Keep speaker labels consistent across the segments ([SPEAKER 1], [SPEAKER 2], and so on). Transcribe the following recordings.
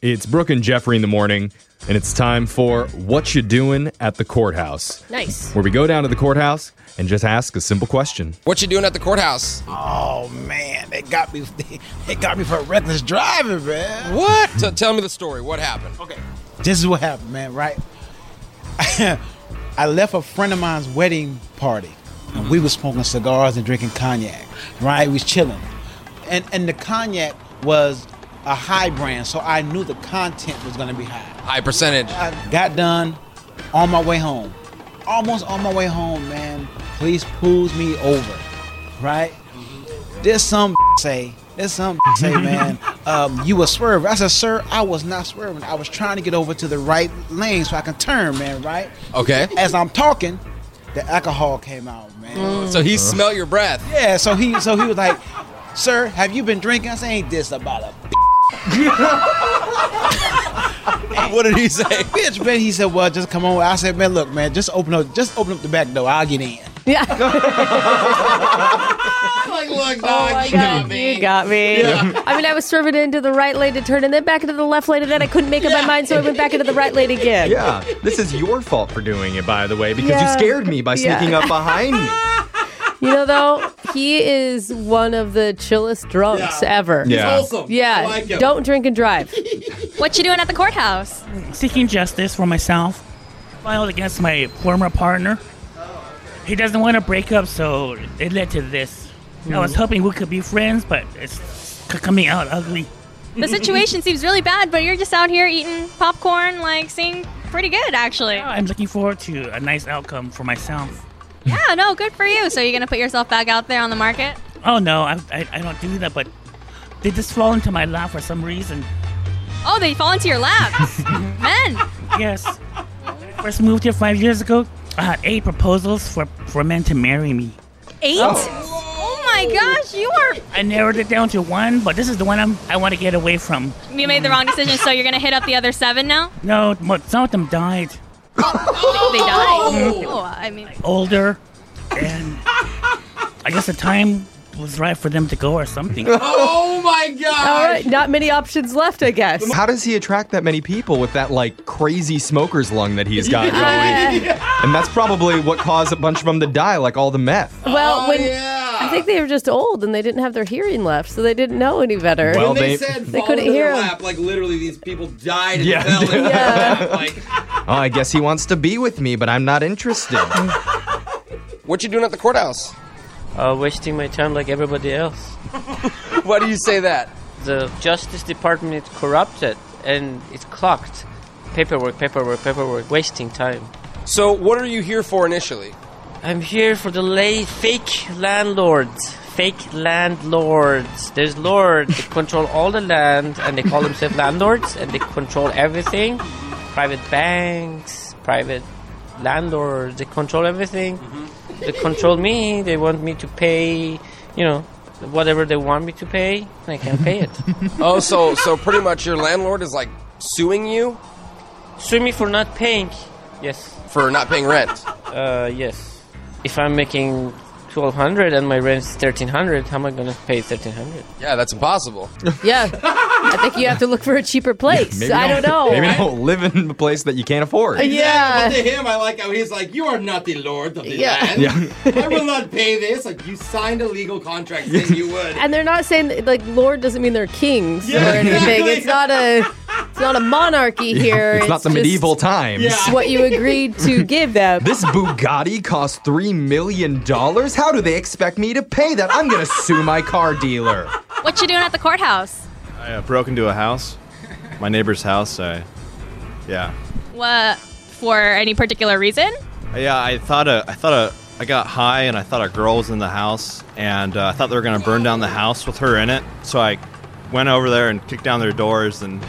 [SPEAKER 1] It's Brooke and Jeffrey in the morning, and it's time for What You Doing at the Courthouse,
[SPEAKER 2] Nice.
[SPEAKER 1] where we go down to the courthouse and just ask a simple question.
[SPEAKER 3] What you doing at the courthouse?
[SPEAKER 4] Oh man, they got me. They got me for reckless driving, man.
[SPEAKER 3] What? T- tell me the story. What happened?
[SPEAKER 4] Okay, this is what happened, man. Right, I left a friend of mine's wedding party, and we was smoking cigars and drinking cognac. Right, we was chilling, and and the cognac was a high brand, so I knew the content was gonna be high.
[SPEAKER 3] High percentage.
[SPEAKER 4] I got done on my way home. Almost on my way home, man. Police pulls me over, right? This some say, this some say, man, um, you were swerving. I said, sir, I was not swerving. I was trying to get over to the right lane so I can turn, man, right?
[SPEAKER 3] Okay.
[SPEAKER 4] As I'm talking, the alcohol came out, man.
[SPEAKER 3] So he smell your breath.
[SPEAKER 4] Yeah, so he so he was like, "Sir, have you been drinking?" I said, "Ain't this about a
[SPEAKER 3] What did he say?
[SPEAKER 4] bitch, man?" He said, "Well, just come on." I said, "Man, look, man, just open up, just open up the back door. I'll get in."
[SPEAKER 2] Yeah.
[SPEAKER 3] like, look,
[SPEAKER 2] Oh my god, you got me. I mean, I was swerving into the right lane to turn, and then back into the left lane, and then I couldn't make up my mind, so I went back into the right lane again.
[SPEAKER 1] Yeah, this is your fault for doing it, by the way, because you
[SPEAKER 2] Yeah.
[SPEAKER 1] scared me by
[SPEAKER 2] Yeah.
[SPEAKER 1] sneaking up behind me.
[SPEAKER 2] You know, though, he is one of the chillest drunks ever. Yeah, don't drink and drive.
[SPEAKER 5] What you doing at the courthouse?
[SPEAKER 6] seeking justice for myself, filed against my former partner. He doesn't want to break up, so it led to this. I was hoping we could be friends, but it's c- coming out ugly.
[SPEAKER 5] The situation seems really bad, but you're just out here eating popcorn, like seeing pretty good actually. Yeah,
[SPEAKER 6] I'm looking forward to a nice outcome for myself.
[SPEAKER 5] no, good for you. So you're gonna put yourself back out there on the market?
[SPEAKER 6] Oh no, I, I, I don't do that, but they just fall into my lap for some reason.
[SPEAKER 5] Oh, they fall into your laps. Men.
[SPEAKER 6] Yes. First moved here five years ago. I had eight proposals for, for men to marry me.
[SPEAKER 5] Eight? Oh my gosh, you are
[SPEAKER 6] I narrowed it down to one, but this is the one I'm, I want to get away from.
[SPEAKER 5] you made the wrong decision, so you're gonna hit up the other seven now?
[SPEAKER 6] No, mo- some of them died.
[SPEAKER 5] They died. Oh, I mean
[SPEAKER 6] older, and I guess the time was right for them to go or something.
[SPEAKER 3] Oh my
[SPEAKER 2] All
[SPEAKER 3] god.
[SPEAKER 2] right, not many options left, I guess.
[SPEAKER 1] How does he attract that many people with that like crazy smoker's lung that he's got going? and that's probably what caused a bunch of them to die, like all the meth.
[SPEAKER 3] Oh,
[SPEAKER 2] Well, when I think they were just old and they didn't have their hearing left, so they didn't know any better.
[SPEAKER 1] Well, they-
[SPEAKER 3] They said
[SPEAKER 2] They
[SPEAKER 3] fall
[SPEAKER 2] couldn't
[SPEAKER 3] into
[SPEAKER 2] hear
[SPEAKER 3] their
[SPEAKER 2] him.
[SPEAKER 3] lap. Like literally, these people died and
[SPEAKER 1] Yeah.
[SPEAKER 3] fell into
[SPEAKER 2] Yeah.
[SPEAKER 3] their lap. Like,
[SPEAKER 1] Oh, I guess he wants to be with me, but I'm not interested.
[SPEAKER 3] what you doing at the courthouse?
[SPEAKER 7] uh, wasting my time like everybody else.
[SPEAKER 3] Why do you say that?
[SPEAKER 7] The Justice Department is corrupted and it's clogged. Paperwork, paperwork, paperwork, wasting time.
[SPEAKER 3] So, what are you here for initially?
[SPEAKER 7] I'm here for the lay fake landlords. Fake landlords. There's lords. They control all the land and they call themselves landlords and they control everything. Private banks, private landlords, they control everything. They control me. They want me to pay, you know, whatever they want me to pay. I can't pay it.
[SPEAKER 3] Oh, so so pretty much your landlord is like suing you
[SPEAKER 7] Sue me for not paying. Yes.
[SPEAKER 3] for not paying rent.
[SPEAKER 7] Uh, yes. If I'm making twelve hundred and my rent's thirteen hundred, how am I gonna pay thirteen hundred?
[SPEAKER 3] Yeah, that's impossible.
[SPEAKER 2] Yeah, I think you have to look for a cheaper place. I don't know.
[SPEAKER 1] Maybe don't live in a place that you can't afford.
[SPEAKER 2] Yeah.
[SPEAKER 8] But to him, I like how he's like, "You are not the lord of the
[SPEAKER 2] Yeah.
[SPEAKER 8] land.
[SPEAKER 1] Yeah.
[SPEAKER 8] I will not pay this." Like you signed a legal contract saying you would.
[SPEAKER 2] and they're not saying that, like Lord doesn't mean they're kings
[SPEAKER 8] Yeah,
[SPEAKER 2] or anything.
[SPEAKER 8] exactly.
[SPEAKER 2] It's not a it's not a monarchy here.
[SPEAKER 1] It's not the
[SPEAKER 2] just
[SPEAKER 1] medieval times.
[SPEAKER 8] Yeah.
[SPEAKER 2] What you agreed to give them.
[SPEAKER 1] This Bugatti costs $3 million? How do they expect me to pay that? I'm going to sue my car dealer.
[SPEAKER 5] What you doing at the courthouse?
[SPEAKER 9] I uh, broke into a house, my neighbor's house. I, yeah,
[SPEAKER 5] What for any particular reason?
[SPEAKER 9] Uh, yeah. I thought a, I thought a, I got high and I thought a girl was in the house, and uh, I thought they were gonna burn down the house with her in it. So I went over there and kicked down their doors and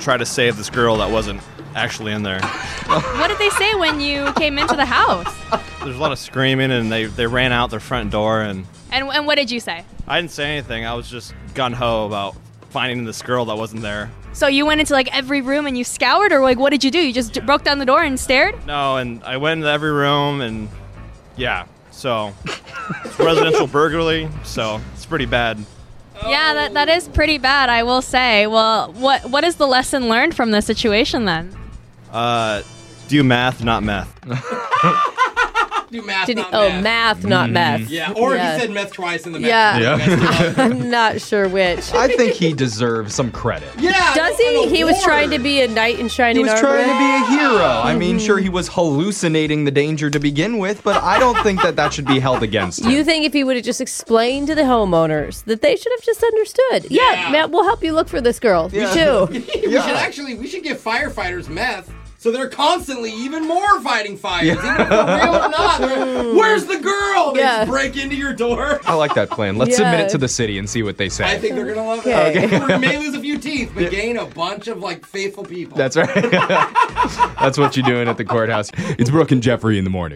[SPEAKER 9] tried to save this girl that wasn't actually in there.
[SPEAKER 5] What did they say when you came into the house?
[SPEAKER 9] There's a lot of screaming, and they they ran out their front door, and
[SPEAKER 5] And, and what did you say?
[SPEAKER 9] I didn't say anything. I was just gun ho about finding this girl that wasn't there.
[SPEAKER 5] So you went into like every room and you scoured, or like what did you do? You just broke down the door and stared?
[SPEAKER 9] No, and I went into every room, and yeah, so it's residential burglary, so it's pretty bad.
[SPEAKER 5] Yeah, that, that is pretty bad, I will say. Well, what what is the lesson learned from this situation then?
[SPEAKER 9] Uh, do math, not meth.
[SPEAKER 3] Do math,
[SPEAKER 2] Did he,
[SPEAKER 3] not
[SPEAKER 2] oh,
[SPEAKER 3] math.
[SPEAKER 2] math, not meth.
[SPEAKER 3] Yeah, or
[SPEAKER 2] Yeah.
[SPEAKER 3] he said meth twice in the math.
[SPEAKER 2] Yeah.
[SPEAKER 1] Yeah.
[SPEAKER 2] I'm not sure which.
[SPEAKER 1] I think he deserves some credit.
[SPEAKER 3] Yeah.
[SPEAKER 2] Does
[SPEAKER 3] an
[SPEAKER 2] he? He was
[SPEAKER 3] award.
[SPEAKER 2] trying to be a knight in
[SPEAKER 1] He
[SPEAKER 2] shining
[SPEAKER 1] was
[SPEAKER 2] armor.
[SPEAKER 1] trying to be a hero. I mean,
[SPEAKER 2] Mm-hmm.
[SPEAKER 1] sure, he was hallucinating the danger to begin with, but I don't think that that should be held against him.
[SPEAKER 2] you think if he would have just explained to the homeowners that they should have just understood? Yeah,
[SPEAKER 3] Yeah.
[SPEAKER 2] Matt, we'll help you look for this girl. You too.
[SPEAKER 3] We should actually we should give firefighters meth. So they're constantly even more fighting fires, even if they're real or not. They're like, Where's the girl? They
[SPEAKER 2] Yeah.
[SPEAKER 3] just break into your door.
[SPEAKER 1] I like that plan. Let's submit
[SPEAKER 2] Yeah.
[SPEAKER 1] it to the city and see what they say.
[SPEAKER 3] I think they're gonna love
[SPEAKER 2] Okay.
[SPEAKER 3] it. We may lose a few teeth, but gain a bunch of like faithful people.
[SPEAKER 1] That's right. That's what you're doing at the courthouse. It's Brooke and Jeffrey in the morning.